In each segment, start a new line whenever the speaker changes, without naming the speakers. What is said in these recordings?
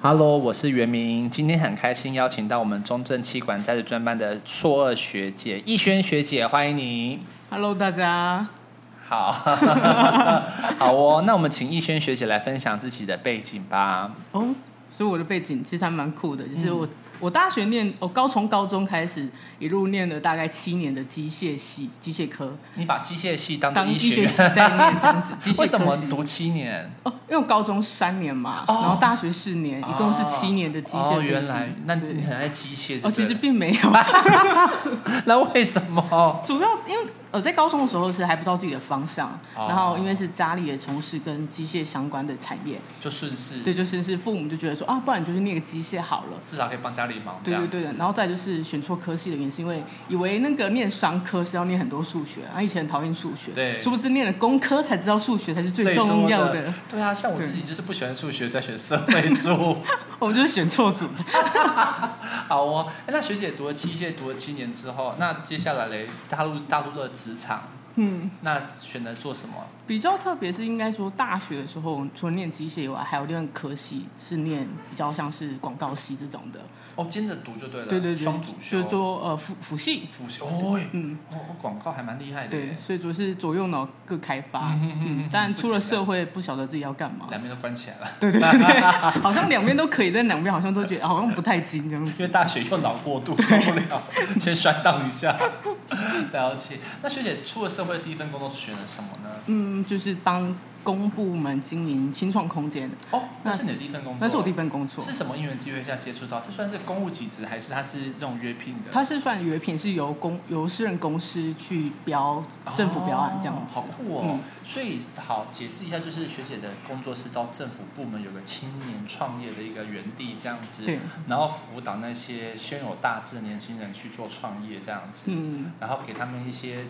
Hello，我是袁明，今天很开心邀请到我们中正气管在职专班的硕二学姐逸轩学姐，欢迎你。
Hello，大家。
好， 好哦，那我们请逸轩学姐来分享自己的背景吧。
哦，所以我的背景其实还蛮酷的，就是
嗯
我、我大学念，我高从高中开始一路念了大概七年的机械系机械科，
你把机械系当
当
成医
医学
学
系在念这 样子。机械科
为什么
系
读七年？
哦，因为我高中三年嘛，
哦
然后大学四年，一共是七年的机械
哦，
背景
原来那
对
你很爱机械就
哦，其
对
实
了，
并没有，
那为什么？
主要因为呃在高中的时候是还不知道自己的方向，
哦
然后因为是家里也从事跟机械相关的产业，
就顺势，
对，就是是父母就觉得说啊，不然你就是念个机械好了。
至少可以帮家里忙这
对
样
对
子。
对的，然后再就是选错科系的原因，是因为以为那个念商科是要念很多数学，啊，以前很讨厌数学，
对
殊不知念了工科才知道数学才是最
最多
重 要
的
的，
对啊，像我
对
自己就是不喜欢数学，才选社会组。
我们就是选错组。
好哦，哎那学姐读了机械，读了七年之后，那接下来嘞，大陆大陆的职场，嗯，那选择做什么？
比较特别是应该说，大学的时候除了念机械以外，还有另一个科系是念比较像是广告系这种的，
哦，兼着读就对了，
对对对，
双主修，
就是做呃辅辅系，
辅修，哦，哎
嗯，
哦，广告还蛮厉害的耶
对，，所以主要是左右脑各开发，嗯， 但出了社会不晓得自己要干嘛，
两边都关起来了，
对对对对，好像两边都可以，但两边好像都觉得好像不太精这样子。
因为大学用脑过度受不了， 先摔荡一下。了解。那学姐出了社会第一份工作选了什么呢？
嗯，就是当公部门经营新创空间，
哦，那
那
是你的第一份工作，
那是我第一份工作
是。什么因缘机会下接触到？这算是公务体职，还是它是那种约聘的？
它是算约聘，是由公由私人公司去标政府标案这样
哦
子。
好酷哦！
嗯
所以好解释一下，就是学姐的工作是到政府部门有个青年创业的一个园地这样子，
对，
然后辅导那些胸有大志的年轻人去做创业这样子，
嗯，
然后给他们一些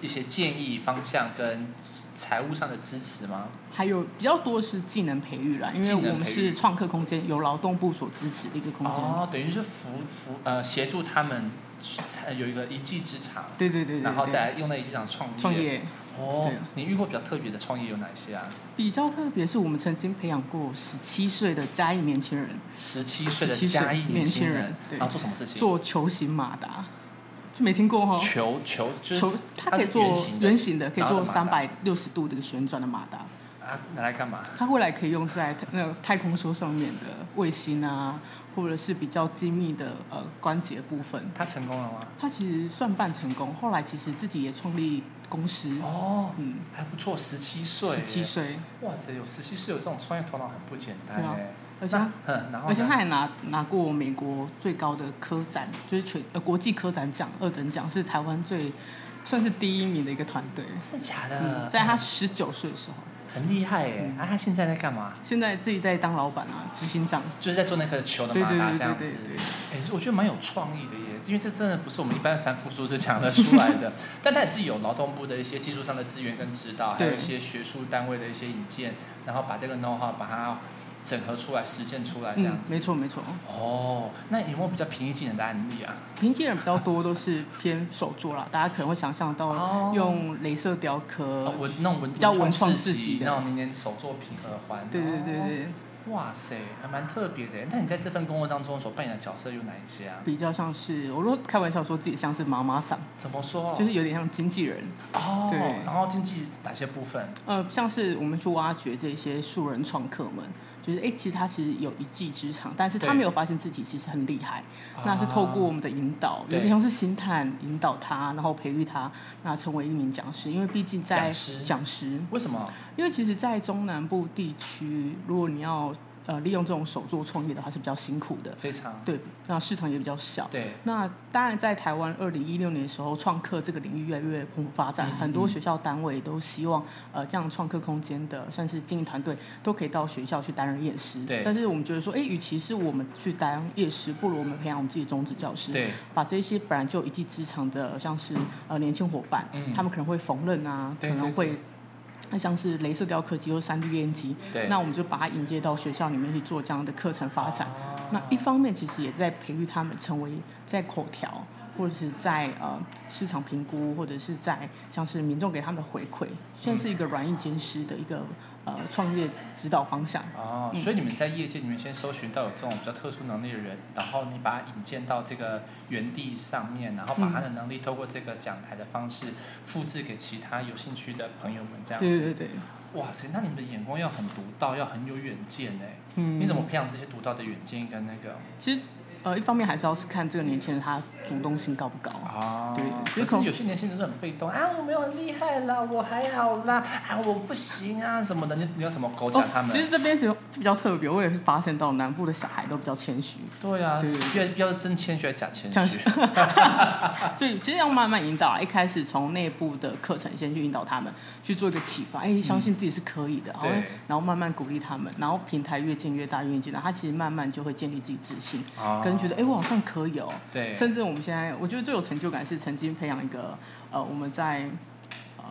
一些建议方向跟财务上的支持吗？
还有比较多是技能培育啦，因
技
为
能培育
我们是创客空间，由劳动部所支持的一个空间。
哦，等于是扶扶呃协助他们才有一个一技之长，
对对对对
然后
对
再用那一技之长创业。
创业
哦
对，
你遇过比较特别的创业有哪些啊？
比较特别，是我们曾经培养过十七岁的嘉义年轻人
十七岁的
17岁
嘉义年轻
年轻
人
人，对
然后做什么事情？
做球形马达，就没听过哈、
球球就
球
是
它
它
可以
是
做
圆形的
圆形的，可以
然后
做
它的
三
马达
百六十度的一个旋转的马达。
啊，拿来干嘛？
它未来可以用在太那个太空梭上面的卫星啊，或者是比较精密的呃关节部分。
他成功了吗？
它其实算半成功，后来其实自己也创立公司，
哦，
嗯，
还不错，十七岁耶，
十七岁，
哇塞，有十七岁有这种创业头脑很不简单
对啊
哎。
而且
那嗯，然后
而且
呢
他还拿拿过美国最高的科展，就是全呃国际科展奖二等奖，是台湾最算是第一名的一个团队。
真的假
嗯，
的？
在他嗯十九岁的时候，
很厉害哎。啊，他现在在干嘛？
现在自己在当老板啊，执行长，
就是在做那个球的
对
马
对
达
对
这样
对
子。
对对。
哎、我觉得蛮有创意的耶，因为这真的不是我们一般凡夫俗子想得出来 的。但它也是有劳动部的一些技术上的资源跟指导，还有
对
一些学术单位的一些引荐，然后把这个 know how 把它整合出来、实践出来这
嗯
样，子。
没错没错，
哦，那有没有比较平易近人的案例啊？
平替人比较多都是偏手作啦，大家可能会想象
哦
到用镭射雕
哦
刻，
文那种文
呃比较文创
市
市集
集，
的
那种年年手作品耳环。
对对对
哦。
对，
哇塞，还蛮特别的耶。那你在这份工作当中所扮演的角色有哪一些啊？
比较像是我如果开玩笑说自己像是妈妈桑，
怎么说？
就是有点像经纪人，
哦
对，
然后经济哪些部分？
呃，像是我们去挖掘这些素人创客们，就是哎、诶其实他其实有一技之长，但是他
对啊
没有发现自己其实很厉害。那是透过我们的引导，
对
有点像是星探引导他，然后培育他，那成为一名讲师。因为毕竟在
讲师
讲师，
为什么？
因为其实，在中南部地区，如果你要呃利用这种手作创业的话，是比较辛苦的。
非常
对，那市场也比较小。
对，
那当然，在台湾二零一六年的时候，创客这个领域越来越蓬勃发展，很多学校单位都希望，呃，这样创客空间的算是经营团队都可以到学校去担任夜师。
对
但是我们觉得说，哎、与其是我们去当夜师，不如我们培养我们自己的中职教师。
对。
把这些本来就有一技之长的，像是呃年轻伙伴，
嗯
他们可能会缝纫啊，
对
可能
对
会。那像是镭射雕刻机或三 D 练机
对，
那我们就把它引接到学校里面去
啊
做这样的课程发展。那一方面其实也在培育他们成为在口条呃或者是在呃市场评估，或者是在像是民众给他们的回馈，算是一个软硬兼施的一个呃创业指导方向。
哦，所以你们在业界里面先搜寻到有这种比较特殊能力的人，然后你把他引荐到这个原地上面，然后把他的能力透过这个讲台的方式复制给其他有兴趣的朋友们，这样
对
子。
对对，
哇塞，那你们的眼光要很独到，要很有远见哎。
嗯
你怎么培养这些独到的远见跟那个
其实呃一方面还是要是看这个年轻人他主动性高不高。
啊？
对有可
可
能
是有些年轻人是很被动啊，我没有很厉害啦，我还好啦，啊，我不行啊什么的，你你要怎么狗讲他
哦
们？
其实这边就就比较特别，我也是发现到南部的小孩都比较谦虚，
对啊，
对
不要不要真谦虚还是假谦
假
虚？啊
所以其实要慢慢引导啊。一开始从内部的课程先去引导他们，去做一个启发，哎、相信自己是可以的，然后
嗯对
然后慢慢鼓励他们，然后平台越建越大，越建越大，他其实慢慢就会建立自己自信，
啊
跟觉得哎、我好像可以哦、
对，
甚至我们现在，我觉得最有成就感是曾经培养一个呃，我们在呃，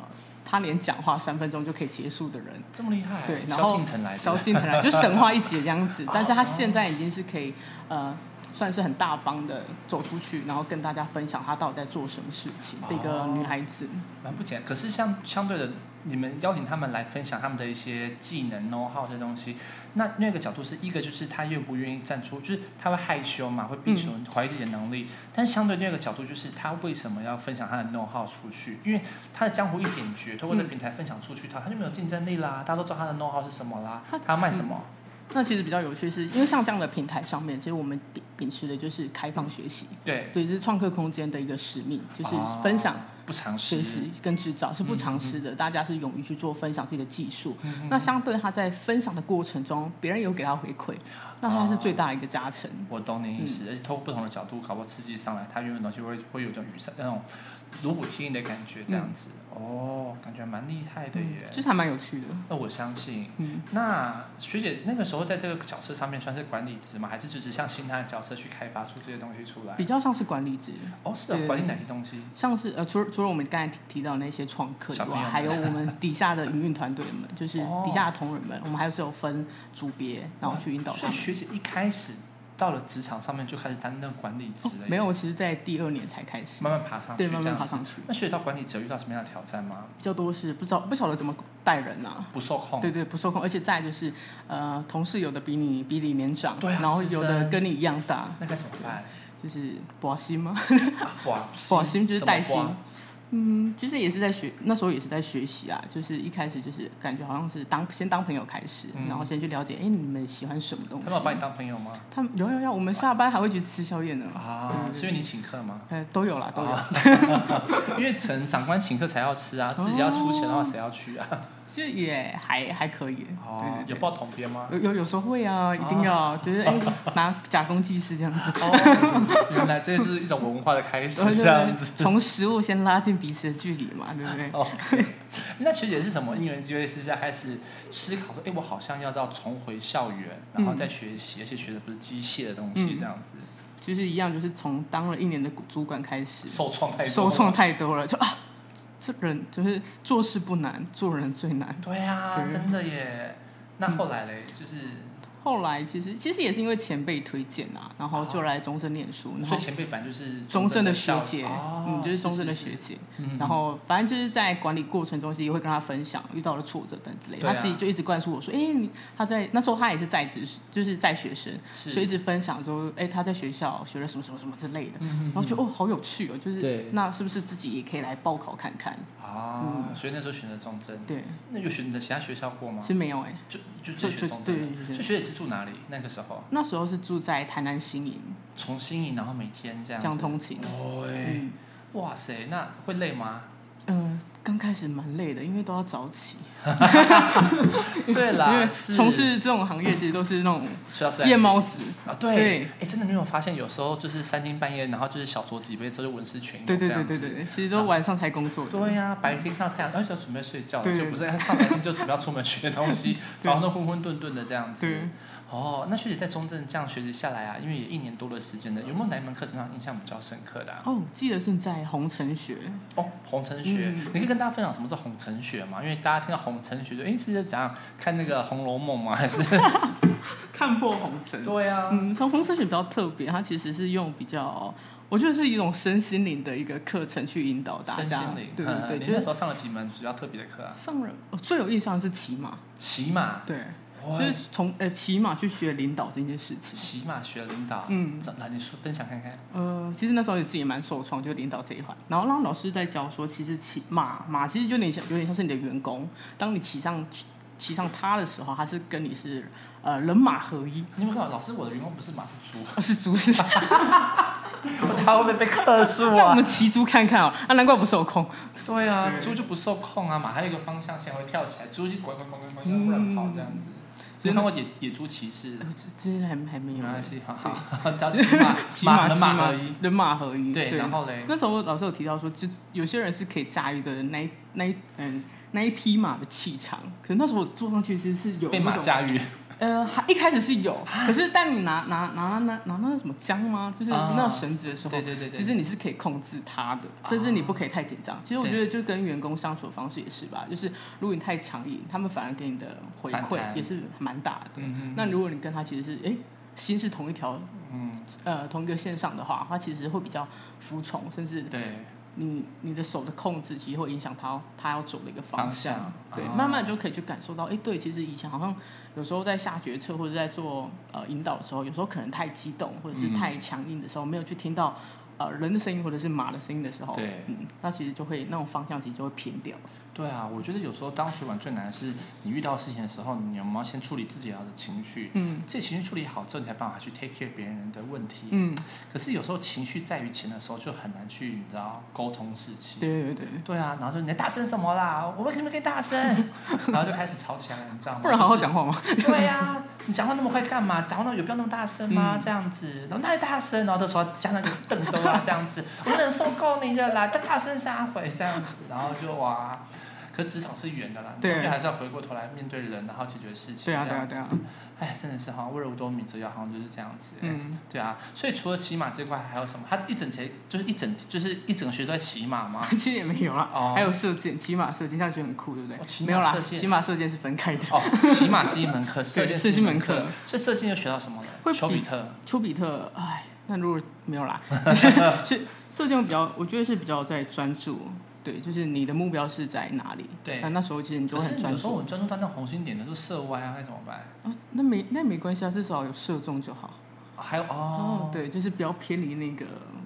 他连讲话三分钟就可以结束的人，
这么厉害，
对，然
萧
后
敬腾来
萧
的，
敬腾来就 神话一姐这样子，但是他现在已经是可以呃，算是很大方的走出去，然后跟大家分享他到底在做什么事情的一个女孩子。
蛮不简单。可是像相对的，你们邀请他们来分享他们的一些技能、know how 这些东西，那另外一个角度是一个就是他愿不愿意站出，就是他会害羞嘛，会避
嗯
羞，怀疑自己的能力。但相对另外一个角度就是他为什么要分享他的 know how 出去？因为他的江湖一点绝，通过这个平台分享出去，他他就没有竞争力啦，大家都知道他的 know how 是什么啦，他要卖什么。
那其实比较有趣是，因为像这样的平台上面，其实我们秉秉持的就是开放学习，
对，
对，这是创客空间的一个使命，嗯就是
哦
分享
不尝
学
试，
习跟制造是不尝试的，大家是勇于去做分享自己的技术。那相对他在分享的过程中，别人有给他回馈，那他是最大的一个加成。
我懂你意
嗯
思，而且透过不同的角度，搞不好刺激上来，它原本的东西会会有一种雨伞那种如虎添翼的感觉，这样子、
嗯
哦，感觉蛮厉害的耶。
其实还蛮有趣的。
那、我相信，
嗯
那学姐那个时候在这个角色上面算是管理职吗？还是就只像其他的角色去开发出这些东西出来
比？较像是管理职，
哦，是啊，
对
管理哪些东西？
像是呃，除了除了我们刚才提提到那些创客以
小朋
外，
友们
还有我们底下的营运团队们，就是
哦
底下的同仁们，我们还是有分组别，然后去引导
哇
他
所以
们。
学姐一开始到了职场上面就开始担任管理职了、
哦没，有，我其实，在第二年才开始，
慢慢爬上去
对，
这样
慢
子。
慢爬上去，
那学姐到管理职有遇到什么样的挑战吗？
比较多是不知道不晓得怎么带人啊，
不受控，
对对，不受控，而且再来就是，呃，同事有的比你比你年长，
对啊
然后
资
有
深
的跟你一样大，
那该怎么办？
就是博心吗？
啊哇，
博心就是
怎么
带薪
刮。
嗯，其实也是在学，那时候也是在学习啊，就是一开始就是感觉好像是当先当朋友开始，
嗯
然后先去了解，哎，你们喜欢什么东西
他？们有把你当朋友吗？
他们有有有，我们下班还会去吃宵夜呢，
啊，是因为你请客吗？
呃，都有啦，都有。
啊，因为陈长官请客才要吃
哦
啊，自己要出钱的话谁要去啊？
其实也还还可以，
哦，有
对对对
报同编吗？
有有有时候会啊，一定要就是哎，拿假公济私这 样子。
哦，原来这是一种文化的开始
对，对
这样
对，
子。
从食物先拉近彼此的距离嘛，对不对？
哦，那学姐是什么因缘机会之下开始思考说，哎，我好像要到重回校园，然后再学习，而且学的不是机械的东西，
嗯
这样子
就是一样，就是从当了一年的主管开始，
受创太多，
受创。太多了，就啊，这这人就是做事不难，做人最难。
对啊，
对嗯
真的耶。那后来嘞，就是
后来其实其实也是因为前辈推荐啊，然后就来中正念书，然
所
后
以前辈版就是
中正的学
校
姐，
哦
嗯，就是中正的
是嗯
学姐，然后反正就是在管理过程中，其实也会跟她分享遇到的挫折等之类的，
对啊
她其实就一直灌输我说，哎、你她在那时候她也是在职，就是在学生，
是
所以一直分享说，哎、她在学校学了什么什么什么之类的，然后觉得哦，好有趣哦，就是
嗯对
那是不是自己也可以来报考看看？
啊，所以那时候选择中正，
对，
那有选择其他学校过吗
其？实没有哎、
就就就选中正
对对
的。
对对
所以学姐是住哪里？那个时候
那时候是住在台南新营，
从新营，然后每天这样
这样
子。
通勤，
对，
嗯
哇塞，那会累吗？
嗯，刚、开始蛮累的，因为都要早起，
对
因为
啦，是
从事这种行业其实都是那种
睡到自然
夜
醒
猫子。
啊，对
对，
哎，真的你有没有发现，有时候就是三更半夜，然后就是小酌几杯之后就文思泉涌
对对
这
对
样
对
子
对对，其实都晚上才工作的。
对啊呀、白天看到太阳，而且要准备睡觉了，
对
就不是看白天就准备要出门学东 西，早上都昏昏顿顿的这样子
对。
哦，那学姐在中正这样学习下来啊，因为也一年多的时间了，有没有哪一门课程让你印象比较深刻的、啊？
哦，记得是在红城学，
哦，红尘学，
嗯
你可以跟大家分享什么是红尘学嘛？因为大家听到红尘学就，哎，是怎样看那个《红楼梦》吗？ 还是？
看破红尘
对啊，
嗯，从红城学比较特别，它其实是用比较，我我觉得是一种身心灵的一个课程去引导大
身
家
心灵，，
对
嗯
对对，
你
就
那
是
时候上了几门比较特别的课啊？
上人我最有印象是骑马，
骑马，
对，
哇
就是从呃骑马去学领导这件事情。
骑马学领导，
嗯
这，来你说分享看看。
呃，其实那时候也自己也蛮受创，就领导这一环。然后让老师在教说，其实骑马马其实就有点像有点像是你的员工，当你骑上骑上它的时候，它是跟你是呃人马合一，
你们看，老师，我的员工不是马是猪，
而是猪是。
他会不会被克数
那我
啊？
们骑猪看看哦，啊，难怪不受控。
对啊，
对
猪就不受控啊，马还有一个方向线会跳起来，猪就滚滚滚滚滚乱跑这样子。所以看过野野猪骑士
呃，之之前还还没
没
有，
关系，好好，只要骑马，
骑马
能
骑
马
马
合一。
人马合一。
对，然后嘞，
那时候老师有提到说，就有些人是可以驾驭的那一那一嗯那一匹马的气场，可是那时候我坐上去其实是有
被
那
马
种
驾驭，
呃，还一开始是有，可是但你拿拿拿拿拿那个什么姜吗？就是
啊
那绳子的时候，
对对对
其
对，
实你是可以控制它的，
啊
甚至你不可以太紧张。其实我
对
觉得就跟员工相处的方式也是吧，就是如果你太强硬，他们反而给你的回
反
馈
弹
也是蛮大的。
嗯
那如果你跟他其实是哎、诶心是同一条
嗯，
呃同一个线上的话，他其实会比较服从，甚至
对，
你你的手的控制其实会影响他他要走的一个方向。
方向
对，
啊
慢慢就可以去感受到，哎、对，其实以前好像有时候在下决策或者在做呃引导的时候，有时候可能太激动或者是
嗯
太强硬的时候，没有去听到呃人的声音或者是马的声音的时候，
对
嗯，那其实就会那种方向其实就会偏掉。
对啊，我觉得有时候当主管最难的是，你遇到事情的时候，你有没有先处理自己要的情绪？
嗯
这情绪处理好之后，你才有办法去 take care 别人的问题。
嗯，
可是有时候情绪在于前的时候，就很难去你知道沟通事情。
对对对，
对啊，然后就你在大声什么啦？我为什么可以大 声？然后就开始吵起来了，你知道吗？
不然好好
就是。
讲话嘛。
对啊，你讲话那么快干嘛？讲话那有必要那么大声吗？
嗯
这样子，然后那里大声，然后就说加上一个凳兜啊，这样子，我能受够你的啦，再大声三回这样子，然后就哇。可职场是圆的啦，你
对
终究还是要回过头来面对人，然后解决事情。
对啊
这
对啊
样子
对啊，
哎，真的是好像为了五斗米折腰，好像就是这样子、哎
嗯，
对啊，所以除了骑马这块，还有什么？他一整节就是一整就是一整个学都在骑马吗？
其实也没有啦。
哦
还有射箭，骑马射箭，这样觉得很酷，对不对？
哦骑马
没有啦，
射箭
骑马射箭是分开的。
哦，骑马是一门课，射箭
对
是
是
一
一门
课
课，
所以射箭又学到什么
会
了？
比
丘比特，
丘比特，哎，那如果 没有啦，是射箭比较，我觉得是比较在专注，对，就是你的目标是在哪里？
对
那那时候其实你就
可
会
是
很专
有时候
注。
我们专注到那红心点的时候射歪啊，该怎么办？
哦那没那没关系啊，至少有射中就好。
哦还有哦，
对，就是不要偏离那个。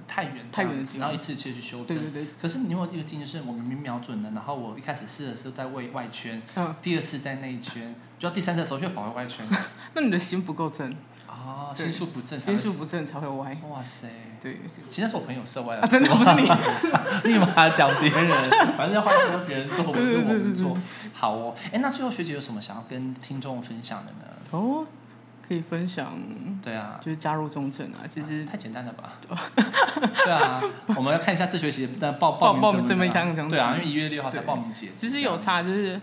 太远
太远
这
的
样子
地方
然后一次一次去修
对
正。
对对，
可是你有没有一个经验是，我明明瞄准了，然后我一开始试的时候在外外圈，
嗯，
第二次在内圈，就到第三次的时候又跑回外圈了。
那你的心不够正，
哦，
对
心术不正常
心
的
术不正才会歪
事。。哇塞！
对
其实那是我朋友射歪了，
啊，真的不是你。
立马讲别人，反正坏事都别人做，不是我们
嗯
做。好哦，哎，那最后学姐有什么想要跟听众分享的呢？
哦，可以分享，
对啊，
就是加入中正啊，其实
太简单了 吧？对啊，我们要看一下这学期的报
报
名
报
名
名证明
怎么
这样这样子
对啊，因为一月六号才
对
报名截止，
其实有
这样
差，就是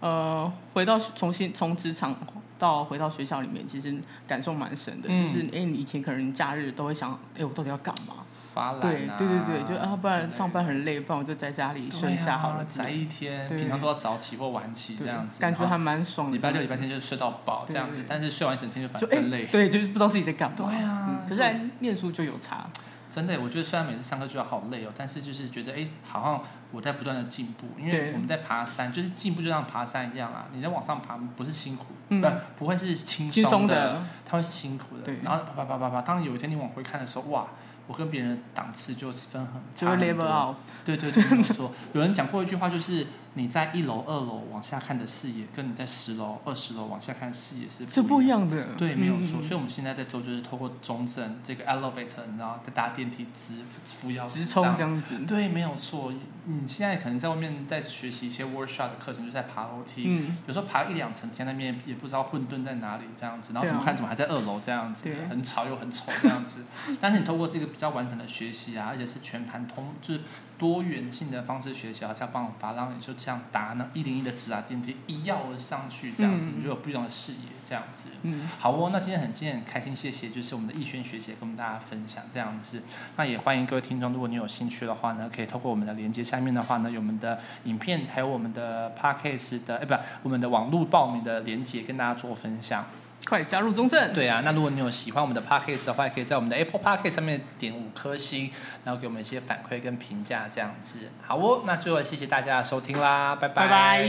呃，回到重新从职场到回到学校里面，其实感受蛮深的。
嗯
就是哎、你以前可能假日都会想，哎、我到底要干嘛？
发懒
对
啊，
对对对，就啊，
之
不
类的
然上班很累，不然我就在家里
对
睡
啊
一下好了之
宅
类的。
一天，
对
平常都要早起或晚起
对
这样子，
感觉
然后
还蛮爽的。
礼拜六、礼拜天就睡到饱这
对
样子
对，
但是睡完一整天就反
就
正
哎、
更累。
对，就是不知道自己在干嘛。
对啊
嗯可是在念书就有差。
真的，我觉得虽然每次上课觉得好累哦，但是就是觉得哎，好像我在不断的进步，因为
对
我们在爬山，就是进步就像爬山一样啊，你在往上爬不是辛苦，
嗯
不不会是轻
轻松
的，
的，
他会是辛苦的。
对
然后叭叭叭叭，当有一天你往回看的时候，哇，我跟别人的档次就是分很
就
差
会
很
level
多。
out，
对对对，没有错。 有人讲过一句话，就是你在一楼、二楼往下看的视野，跟你在十楼、二十楼往下看的视野是
是
不
不一。样的。
对，没有错。
嗯
所以我们现在在做就是透过中正这个 elevator，你知道，在搭电梯直扶摇
嗯直
直
冲
上
这样子。
对，没有错。你现在可能在外面在学习一些 workshop 的课程，就是在爬楼梯。
嗯，
有时候爬一两层天，那边也不知道混沌在哪里这样子，然后怎么
对啊
看怎么还在二楼这样子
对，
很吵又很丑这样子。但是你透过这个比较完整的学习啊，而且是全盘通，就是多元性的方式学习啊，这样办法让你就这样打那一零一的直达电梯一跃而上去这样子，
嗯
你就有不一样的视野这样子。
嗯，
好哦，那今天很今天很开心，谢谢就是我们的逸轩学姐跟我们大家分享这样子。那也欢迎各位听众，如果你有兴趣的话呢，可以透过我们的连接下面的话呢，有我们的影片，还有我们的 podcast 的，哎，不，我们的网络报名的连接跟大家做分享。
快加入中正，
对啊，那如果你有喜欢我们的 podcast 的话，也可以在我们的 Apple podcast 上面点五颗星，然后给我们一些反馈跟评价，这样子。好哦，那最后谢谢大家的收听啦，
拜拜。